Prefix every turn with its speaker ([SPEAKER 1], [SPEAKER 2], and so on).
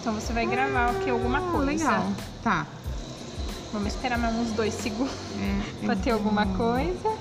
[SPEAKER 1] Então você vai gravar aqui alguma
[SPEAKER 2] Ah,
[SPEAKER 1] coisa.
[SPEAKER 2] Legal. Tá.
[SPEAKER 1] Vamos esperar mais uns dois segundos
[SPEAKER 2] É, então, tá.
[SPEAKER 1] pra
[SPEAKER 2] eu
[SPEAKER 1] ter alguma
[SPEAKER 2] vou-
[SPEAKER 1] coisa.